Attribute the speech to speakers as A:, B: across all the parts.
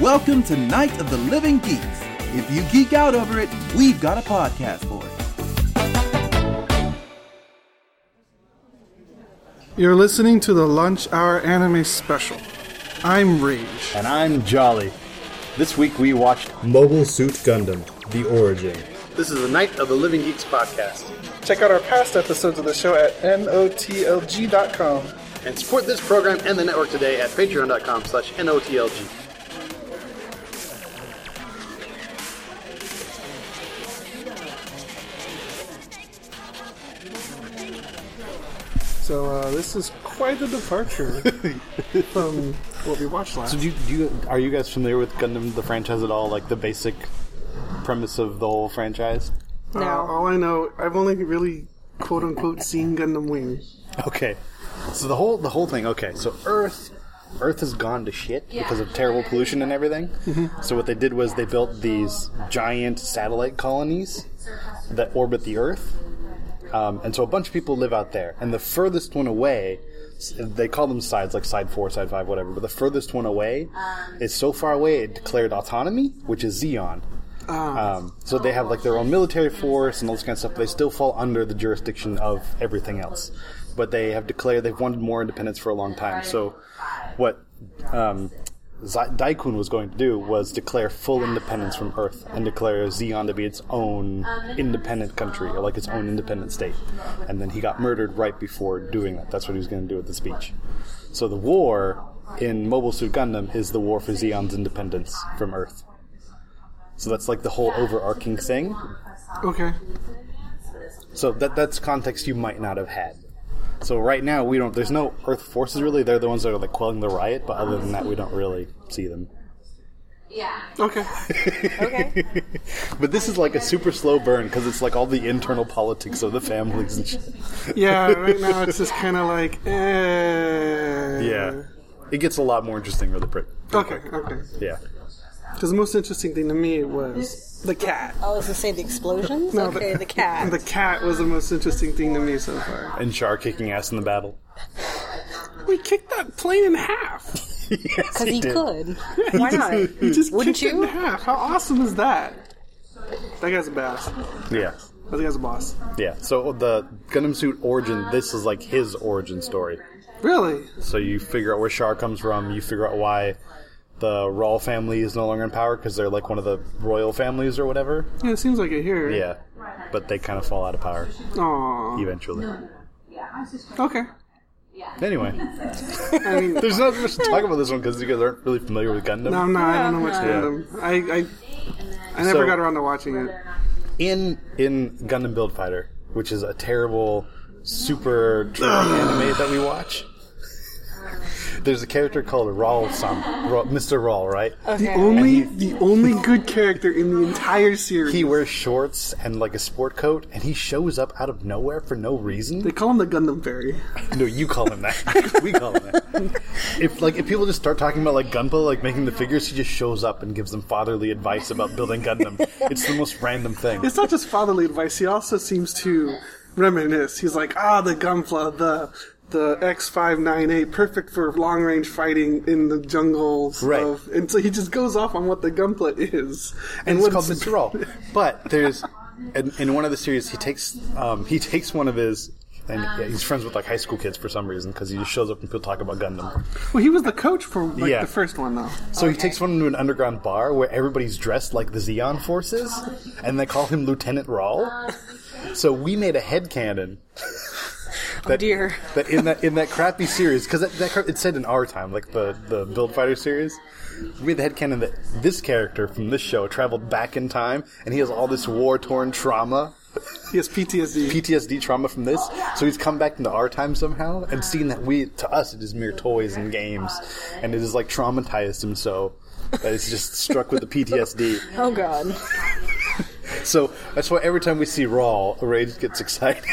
A: Welcome to Night of the Living Geeks. If you geek out over it, we've got a podcast for it.
B: You're listening to the Lunch Hour Anime Special. I'm Rage.
C: And I'm Jolly. This week we watched
D: Mobile Suit Gundam, The Origin.
C: This is the Night of the Living Geeks podcast.
B: Check out our past episodes of the show at notlg.com.
C: And support this program and the network today at patreon.com slash NOTLG.
B: So uh, this is quite a departure from what we watched last.
C: So do you, do you, are you guys familiar with Gundam, the franchise at all? Like the basic premise of the whole franchise?
B: Uh, all I know, I've only really quote unquote seen Gundam Wing.
C: Okay. So the whole the whole thing. Okay. So Earth Earth has gone to shit because of terrible pollution and everything. So what they did was they built these giant satellite colonies that orbit the Earth. Um, and so a bunch of people live out there, and the furthest one away, s- they call them sides, like side four, side five, whatever. But the furthest one away is so far away it declared autonomy, which is Xeon. Um, so they have like their own military force and all this kind of stuff. But they still fall under the jurisdiction of everything else. But they have declared they've wanted more independence for a long time. So what um, Zy- Daikun was going to do was declare full independence from Earth and declare Xeon to be its own independent country or like its own independent state. And then he got murdered right before doing that. That's what he was going to do with the speech. So the war in Mobile Suit Gundam is the war for Xeon's independence from Earth. So that's like the whole overarching thing.
B: Okay.
C: So that that's context you might not have had. So right now we don't. There's no Earth forces really. They're the ones that are like quelling the riot. But other than that, we don't really see them.
B: Okay.
E: Okay.
C: But this is like a super slow burn because it's like all the internal politics of the families and shit.
B: Yeah, right now it's just kind of like, eh.
C: it gets a lot more interesting with the print.
B: Okay, okay.
C: Yeah,
B: Because the most interesting thing to me was the cat.
E: I was gonna say the explosions.
B: No,
E: okay, the, cat.
B: The cat was the most interesting thing to me so far.
C: and Char kicking ass in the battle.
B: We kicked that plane in half.
C: Yes,
E: Because he
C: did.
E: could. Why
B: We
E: not?
B: just
E: Wouldn't
B: kicked it
E: you?
B: in half. How awesome is that? That guy's a boss.
C: Yeah,
B: That guy's a boss.
C: yeah. So oh, the Gundam suit origin. This is like his origin story.
B: Really?
C: So you figure out where Char comes from. You figure out why the Rawl family is no longer in power because they're like one of the royal families or whatever.
B: Yeah, it seems like it here.
C: Yeah, but they kind of fall out of power
B: Aw.
C: eventually.
B: Okay.
C: Anyway,
B: I mean,
C: there's not much to talk about this one because you guys aren't really familiar with Gundam.
B: no, I'm not. I don't know much Gundam. I, I, I never
C: So-
B: got around to watching it.
C: in in Gundam Build Fighter, which is a terrible super true anime that we watch. There's a character called Rawl Sam, Ra- Mr. Rawl, right?
B: The only, the only good character in the entire series.
C: He wears shorts and like a sport coat, and he shows up out of nowhere for no reason.
B: they call him the Gundam Fairy.
C: No, you call him that. we call him that. If like if people just start talking about like Gunpla, like making the figures, he just shows up and gives them fatherly advice about building Gundam. it's the most random thing.
B: It's not just fatherly advice. He also seems to reminisce. He's like, ah, the Gunpla, the the X five nine eight, perfect for long range fighting in the jungles.
C: Right.
B: Of, and so he just goes off on what the Gunpla is and,
C: It's
B: what
C: called Mr. Roll. But there's in, in one of the series he takes um, he takes one of his and yeah, he's friends with like high school kids for some reason because he just shows up and people talk about Gundam.
B: Well, he was the coach for like
C: Yeah.
B: the first one though.
C: So he takes one into an underground bar where everybody's dressed like the Xeon forces, and they call him Lieutenant Rawl. So we made a headcanon
E: Oh dear.
C: that in that in that crappy series because that, that cra- it said in our time like the the Build Fighter series. We had the headcanon that this character from this show traveled back in time, and he has all this war torn trauma
B: He has PTSD.
C: PTSD trauma from this, so he's come back into our time somehow and seen that we, to us, it is mere toys and games, and it has like traumatized him so that it's just struck with the PTSD.
E: Oh god.
C: So that's why every time we see Rawl, Rage gets excited.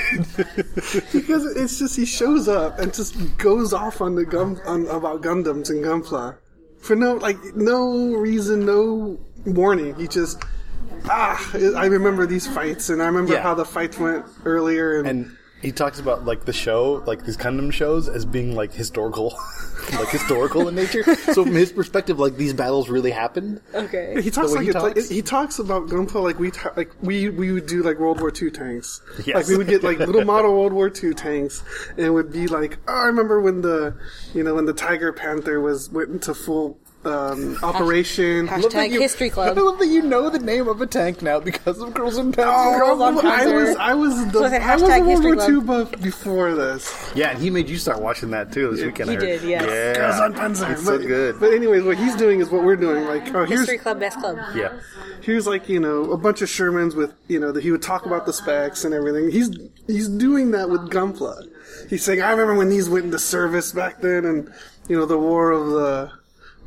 B: because it's just he shows up and just goes off on the gun on about Gundams and Gunpla for no like no reason, no warning. He just ah, I remember these fights and I remember
C: Yeah.
B: how the fights went earlier and,
C: and he talks about like the show, like these Gundam shows, as being like historical. like historical in nature. So from his perspective, like these battles really happened.
E: Okay.
B: He talks
C: way
B: like,
C: he
B: it's like
C: talks?
B: he talks about Gunpla like we ta- like we we would do like World War II tanks.
C: Yes.
B: Like we would get like little model World War II tanks, and it would be like oh, I remember when the you know when the Tiger Panther was went into full um, operation.
E: Hashtag history club.
C: I love that you know the name of a tank now because of Girls in
B: Oh,
C: Panzer.
E: Girls on
B: I
E: Panzer.
B: was I was the
E: So it's a
B: I was
E: hashtag
B: a World
E: history
B: War
E: club.
B: II buff before this.
C: Yeah, and he made you start watching that too this weekend.
E: He
C: I heard.
E: did, yes.
C: Yeah.
B: Girls on Panzer,
C: It's so
B: but,
C: good.
B: But anyways, what he's doing is what we're doing. Like oh here's
E: History club, best club.
C: yeah.
B: here's like you know a bunch of Shermans with you know that he would talk about the specs and everything. He's he's doing that with Gunpla. He's saying I remember when these went into service back then, and you know the War of the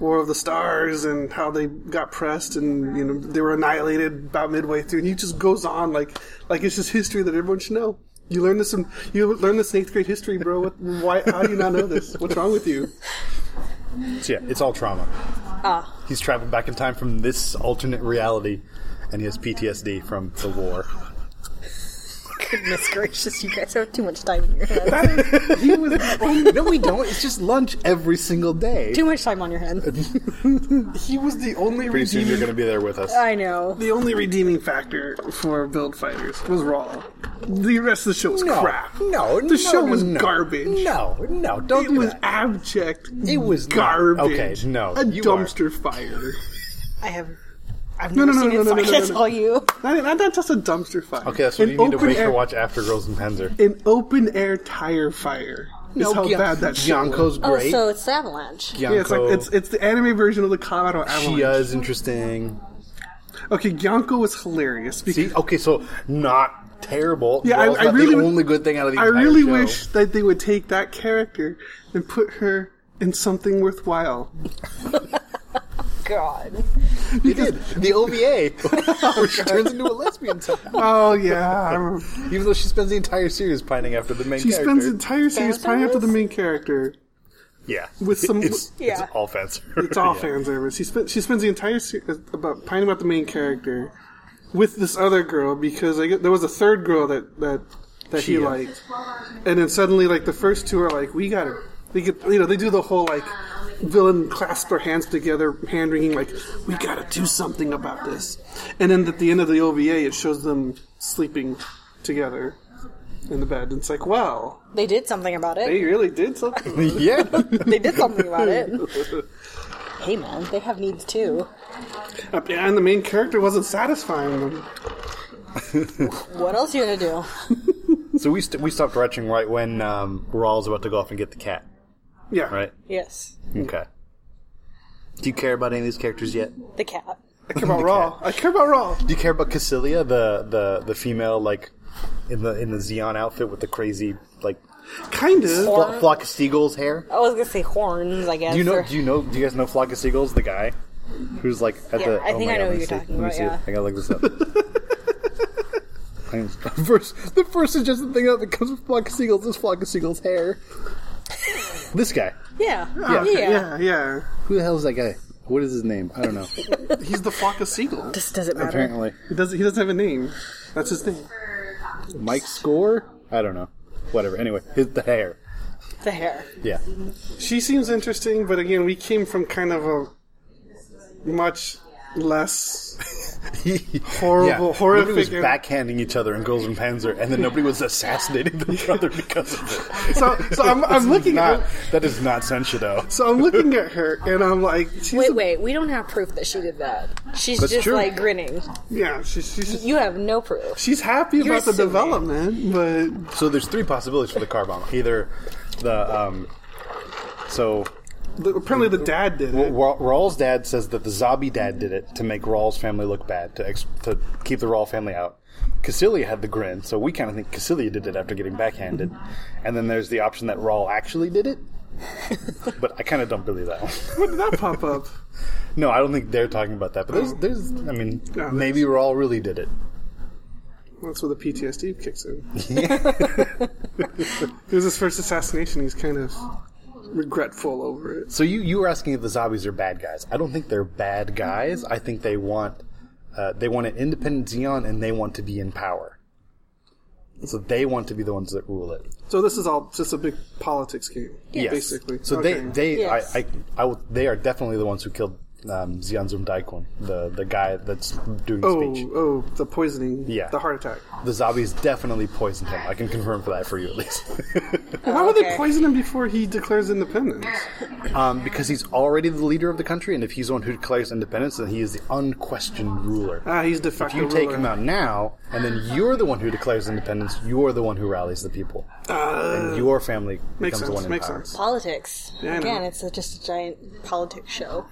B: War of the Stars and how they got pressed and you know they were annihilated about midway through. And he just goes on like like it's just history that everyone should know. You learn this in you learn this in eighth grade history, bro. What, why? How do you not know this? What's wrong with you?
C: So yeah, it's all trauma.
E: Ah.
C: He's traveling back in time from this alternate reality, and he has PTSD from the war.
E: Goodness gracious, you guys have too much time in your head.
B: He was the only,
C: no, we don't. It's just lunch every single day.
E: too much time on your hand.
B: he was the only
C: Pretty soon you're
B: redeeming
C: going to be there with us.
E: I know.
B: The only redeeming factor for Build Fighters was Raw. The rest of the show was crap.
C: No,
B: the
C: no,
B: show
C: no,
B: was
C: no.
B: garbage.
C: No, no, don't
B: it
C: do
B: was
C: that.
B: abject.
C: It was not.
B: garbage.
C: Okay, no,
B: a
C: you
B: dumpster fire.
E: I have. I've
B: No,
E: never
B: no, no,
E: seen
B: no, no,
E: it, so
B: no,
E: I
B: no,
E: can't
B: no, no.
E: tell you.
B: Not, not, not just a dumpster fire.
C: Okay, so
B: An
C: you need to
B: open
C: wait
B: air,
C: to watch After Girls and Panzer.
B: An open air tire fire. is how
C: Gian-
B: bad that show was.
C: Gianco's
E: Oh,
C: great.
E: so it's Avalanche.
B: Yeah, it's,
C: Gianco, uh,
B: like, it's it's the anime version of the Colorado Avalanche.
C: Shia is interesting.
B: Okay, Gyanko was hilarious. Because
C: See, okay, so not terrible.
B: Yeah,
C: Girls
B: I, I
C: not
B: really
C: the
B: w-
C: only good thing out of the
B: I
C: entire
B: really
C: show.
B: wish that they would take that character and put her in something worthwhile.
E: God.
C: they did the OVA, where she turns into a lesbian somehow,
B: Oh yeah, I remember.
C: even though she spends the entire series pining after the main
B: She
C: character.
B: spends the entire series
E: Fan
B: pining after the
E: service?
B: main character.
C: yeah,
B: with some-
C: It's,
E: Yeah.
C: it's all fans.
B: It's all fan service. She spent she spends the entire series about pining about the main character with this other girl because I, gu- there was a third girl that that that he
C: Chia.
B: liked, and then suddenly like the first two are like we got to They get you know they do the whole like villain clasp their hands together, hand wringing like we got to do something about this, and then at the end of the OVA it shows them sleeping together in the bed. And it's like wow,
E: They did something about it.
B: they really did something.
C: Yeah,
E: They did something about it. hey, man, they have needs too.
B: Uh, yeah, and the main character wasn't satisfying them.
E: What else you gonna do?
C: so we st- we stopped watching right when um, Rawls about to go off and get the cat,
B: Yeah.
C: right?
E: Yes,
C: Okay. Do you care about any of these characters yet? Do
E: the cat.
B: I care about Raw. I care about Raw.
C: you care about Cassilia, the the the female like in the in the Xeon outfit with the crazy like
B: Kind
E: Oh,
B: of.
C: flo- flock of seagulls hair?
E: I was gonna say horns, I guess.
C: Do you know?
E: or-
C: Do you know? Do you guys know Flock of Seagulls? The guy who's like at
E: Yeah,
C: the.
E: I
C: oh
E: think
C: my
E: I know
C: God,
E: who you're
C: let me see- let
E: talking
C: me
E: about,
C: see it.
E: yeah.
C: I gotta look this up. I am- first, the first suggested thing that comes with Flock of Seagulls is Flock of Seagulls hair. this guy.
E: Yeah.
C: Yeah.
E: yeah.
B: Yeah, yeah.
C: Who the hell is that guy? What is his name? I don't know.
B: He's the flock of seagulls.
E: This doesn't matter.
C: Apparently,
B: He doesn't. He doesn't have a name. That's his name.
C: Mike Score. I don't know. Whatever. Anyway, his, the hair.
E: The hair.
C: Yeah.
B: She seems interesting, but again, we came from kind of a much less. Horrible- horrific
C: Nobody was
B: era.
C: backhanding each other in Girls and Panzer, and then nobody was assassinating the other because of it.
B: So, so I'm, I'm looking
C: not,
B: at.
C: that is not Senshido.
B: So I'm looking at her, and I'm like, she's a-
E: Wait, wait. We don't have proof that she did that. She's
C: That's
E: just
C: true.
E: like grinning.
B: yeah, she's she's just,
E: You have no proof.
B: she's happy
E: You're
B: about the
E: assuming.
B: development, but
C: So there's three possibilities for the car bomb. Either the um, so
B: the, apparently the dad did
C: Ra-
B: it.
C: Rawls' dad says that the zombie dad did it to make Rawls' family look bad to ex- to keep the Rawl family out. Cassilia had the grin, so we kind of think Cassilia did it after getting backhanded. And then there's the option that Rawl actually did it, but I kind of don't believe that one.
B: When did that pop up?
C: No, I don't think they're talking about that. But there's, there's, I mean,
B: Yeah,
C: maybe Rawl really did it.
B: That's where the PTSD kicks in. it was his first assassination. He's kind of regretful over it.
C: So you you were asking if the zombies are bad guys. I don't think they're bad guys. I think they want uh, they want an independent Xeon and they want to be in power. So they want to be the ones that rule it.
B: So this is all just a big politics game,
C: Yes.
B: basically.
C: So
B: Okay.
C: they they
E: Yes.
C: I, I, I will- they are definitely the ones who killed um, Xianzum Daikun, the the guy that's doing the
B: oh
C: speech.
B: oh the poisoning,
C: Yeah.
B: the heart attack.
C: The zombies definitely poisoned him. I can confirm for that for you at least.
B: Why would they
E: Oh, okay.
B: poison him before he declares independence?
C: um, because he's already the leader of the country, and if he's the one who declares independence, then he is the unquestioned ruler.
B: Ah, he's de
C: if
B: facto
C: you take
B: ruler.
C: him out now, and then you're the one who declares independence, you're the one who rallies the people, and your family
B: Uh, Makes
C: becomes the one
B: sense.
C: in
B: Makes
C: power.
B: sense.
E: Politics.
B: I know.
E: Again, it's a, just a giant politics show.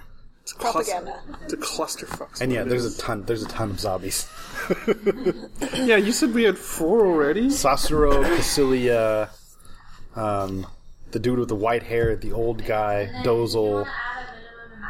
B: It's a clus-
E: Propaganda.
B: It's a clusterfuck. is
C: And
B: what
C: yeah,
B: it
C: there's
B: is.
C: a ton. There's a ton of zombies.
B: yeah. You said we had four already.
C: Sasuro, Cassilia, um, the dude with the white hair, the old guy, Dozel,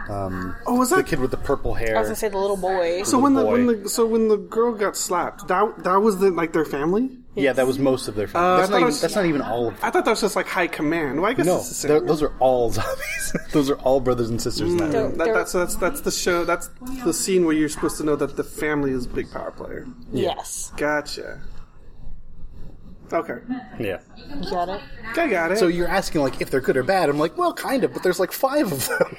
C: um,
B: Oh, was
C: the
B: that
C: kid with the purple hair.
E: I was gonna say the little boy.
B: so? When the,
C: boy.
B: when the so when the girl got slapped, that that was the like their family.
C: yeah, that was most of their family.
B: Uh, I
C: that's
B: thought it
C: not even,
B: was-
C: that's not even all of them.
B: I thought that was just like high command. Well, I guess
C: No,
B: it's the same.
C: they're- those are all zombies. those are all brothers and sisters in that
B: That,
C: room.
E: They're-
B: that's that's that's the show. That's the scene where you're supposed to know that the family is a big power player.
E: Yes.
B: Gotcha. Okay,
C: Yeah.
E: You got it?
B: I got it.
C: So you're asking like if they're good or bad. I'm like, well, kind of, but there's like five of them,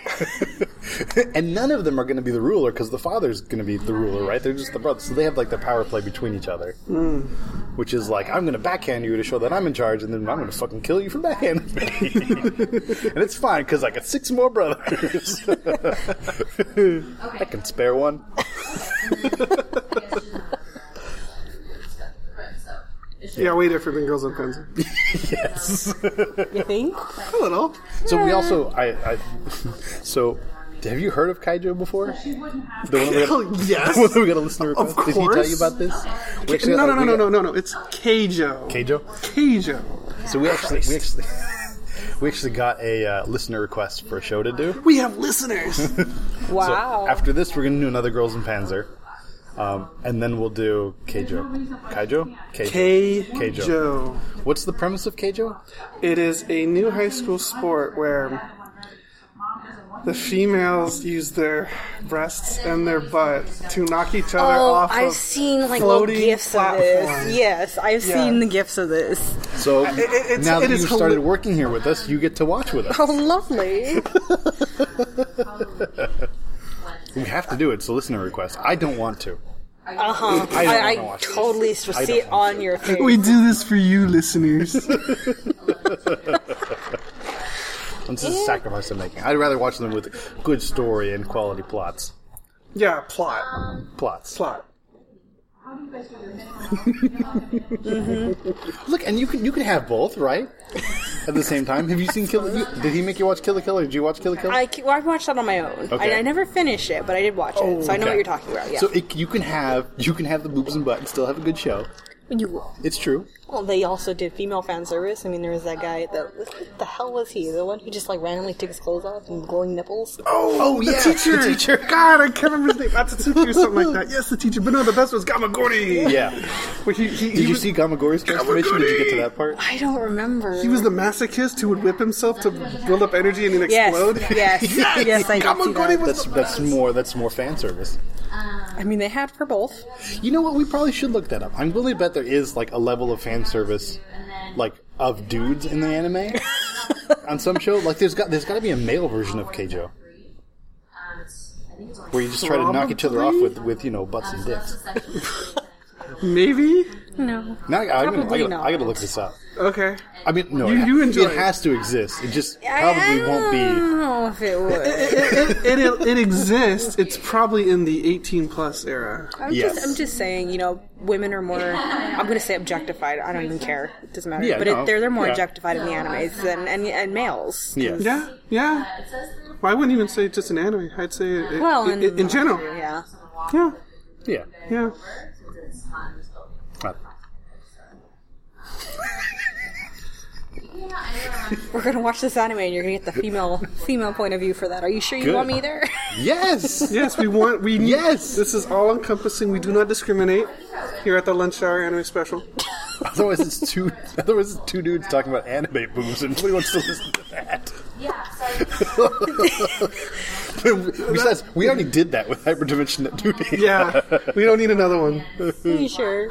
C: and none of them are going to be the ruler because the father's going to be the ruler, right? They're just the brothers, so they have like the power play between each other, which is like I'm going to backhand you to show that I'm in charge, and then I'm going to fucking kill you for backhanding me, and it's fine because I got six more brothers. I can spare one.
B: yeah, way different than Girls on Panzer.
C: Yes.
E: You think?
B: A little.
C: So we also I, I so. Have you heard of Kaijo before? The one we had-
B: Hell Oh, yes.
C: Well, we got a listener request.
B: Of
C: Did he tell you
B: course.
C: about this? We actually
B: no,
C: got-
B: no, no,
C: we
B: no,
C: got-
B: no, no, no. It's Keijo.
C: Keijo.
B: Keijo.
C: So we actually, we actually, we actually got a uh, listener request for a show to do.
B: We have listeners.
C: So
E: Wow.
C: after this, we're gonna do another Girls in Panzer, um, and then we'll do Keijo. Kaijo. Keijo. Keijo.
B: Keijo.
C: What's the premise of Keijo?
B: It is a new high school sport where the females use their breasts and their butt to knock each other
E: Oh,
B: off.
E: I've
B: of
E: seen like little
B: floating
E: gifs of
B: platforms.
E: this. Yes, I've
B: Yeah.
E: seen the gifs of this.
C: So
B: it- it's-
C: now that
B: it
C: you've
B: is Oh.
C: started
B: hol-
C: working here with us, you get to watch with us.
E: How lovely.
C: We have to do it. It's a listener request. I don't want to.
E: Uh huh. I,
C: don't
E: I,
C: wanna watch this.
E: totally s-
C: I
E: see
C: don't
E: it
C: want
E: on
C: to.
E: your face.
B: We do this for you, listeners.
C: This is a sacrifice I'm making. I'd rather watch them with good story and quality plots.
B: yeah, plot.
C: Plots.
B: Plot.
C: Look, and you can you can have both, right? At the same time, have you seen Kill? You, did he make you watch Kill the Killer? Did you watch Kill the Killer?
E: I, c- well, I watched that on my own.
C: Okay.
E: I, I never finished it, but I did watch it, so I know what you're talking about. Yeah.
C: So it, you can have you can have the boobs and butt and still have a good show.
E: you,
C: It's true.
E: well, they also did female fan service. I mean, there was that guy that what the hell was he? The one who just like randomly took his clothes off and glowing nipples.
B: Oh,
C: yeah,
B: the teacher.
C: the teacher.
B: God, I can't remember his name. That's a teacher or something like that. Yes, the teacher. But no, the best was Gamagori.
C: Yeah.
B: Where he, he, he
C: Did you
B: was-
C: see Gamagori's transformation? Did you get to that part?
E: I don't remember.
B: He was the masochist who would whip himself to build up energy and then
E: yes,
B: explode.
E: yes, yes. I did see
B: Gamagori
E: that.
B: was
C: That's
B: the
C: that's more that's more fan service.
E: I mean, they had for both.
C: You know what? We probably should look that up. I'm willing to bet there is like a level of fan service, like of dudes in the anime on some show. Like there's got there's got to be a male version of Keijo where you just try to knock each other off with with you know butts and dicks.
B: maybe.
E: No.
C: Now I, I, gotta, I,
E: Probably
C: gotta,
E: not.
C: I gotta look this up.
B: Okay,
C: I mean, no,
B: You-
C: it, ha-
B: you enjoy
C: it
B: it.
C: has to exist. It just
E: I
C: probably won't
E: don't
C: be.
E: know if it would.
B: it, it, it, it exists. It's probably in the eighteen plus era.
E: I'm
C: Yes.
E: just I'm just saying, you know, women are more. I'm going to say objectified. I don't even care. It doesn't matter.
C: Yeah,
E: but
C: no,
E: it, they're they're more
C: yeah.
E: objectified in the animes than and, and males.
C: Yes.
B: Yeah, yeah. Well, I wouldn't even say just an anime. I'd say it, it-
E: Well,
B: it-
E: and,
B: in general.
E: yeah.
B: Yeah,
C: Yeah.
B: yeah.
C: Uh,
E: We're going to watch this anime, and you're going to get the female female point of view for that. Are you sure you
C: Good.
E: want me there?
C: Yes.
B: Yes, we want. We need-
C: Yes.
B: This is all encompassing. We do not discriminate here at the lunch hour anime special.
C: otherwise, it's two. Otherwise, it's two dudes talking about anime boobs, and nobody wants to listen to that. Besides, we already did that with Hyperdimension at 2D.
B: Yeah, we don't need another one.
E: Are you sure?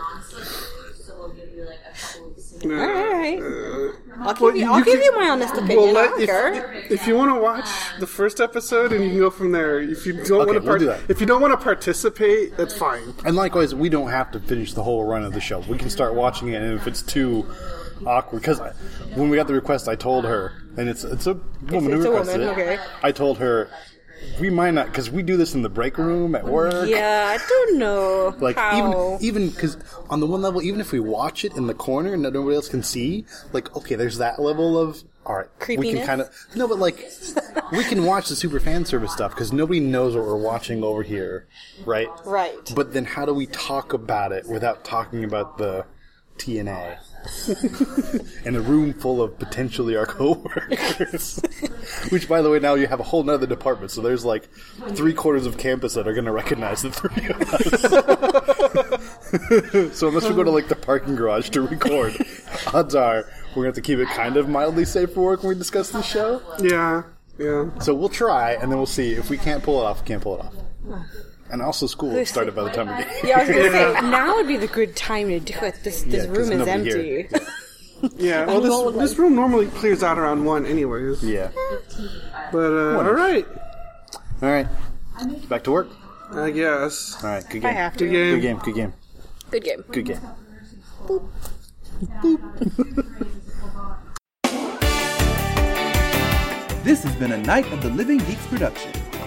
E: All right. I'll give,
B: Well,
E: you,
B: you-
E: I'll
B: you
E: give
B: can-
E: you my honest opinion.
B: Well,
E: I
B: let,
E: don't care.
B: if, if you want to watch the first episode, and you can go from there. If you don't
C: Okay,
B: want to
C: we'll do that.
B: if you don't want to participate, that's fine.
C: And likewise, we don't have to finish the whole run of the show. We can start watching it, and if it's too awkward, because when we got the request, I told her, and it's it's a woman
E: it's a
C: who requested it.
E: woman, okay.
C: I told her we might not because we do this in the break room at work.
E: Yeah, I don't know
C: Like
E: how.
C: even even because on the one level, even if we watch it in the corner and nobody else can see, like okay, there's that level of all right. We
E: Creepiness?
C: can kind of no, but like we can watch the super fan service stuff because nobody knows what we're watching over here, right?
E: right.
C: But then how do we talk about it without talking about the TNA? in a room full of potentially our coworkers. Which, by the way, now you have a whole nother department, so there's like three quarters of campus that are going to recognize the three of us. so unless we go to like the parking garage to record, odds are we're going to have to keep it kind of mildly safe for work when we discuss this show.
B: Yeah, yeah.
C: So we'll try, and then we'll see if we can't pull it off. Can't pull it off. And also, school will started by the time we get.
E: yeah, I was gonna say now would be the good time to do it. This
C: Yeah,
E: this
C: 'cause
E: room is
C: nobody here.
E: empty.
B: Yeah, well,
E: know, like-
B: this, this room normally clears out around one, anyways.
C: Yeah.
B: But uh, all right,
C: All right. Back to work.
B: I guess.
C: All right. Good game.
E: I have
B: Good
E: to.
B: game.
C: Good game. Good game.
E: Good game.
C: Good game.
A: This has been a Night of the Living Geeks production.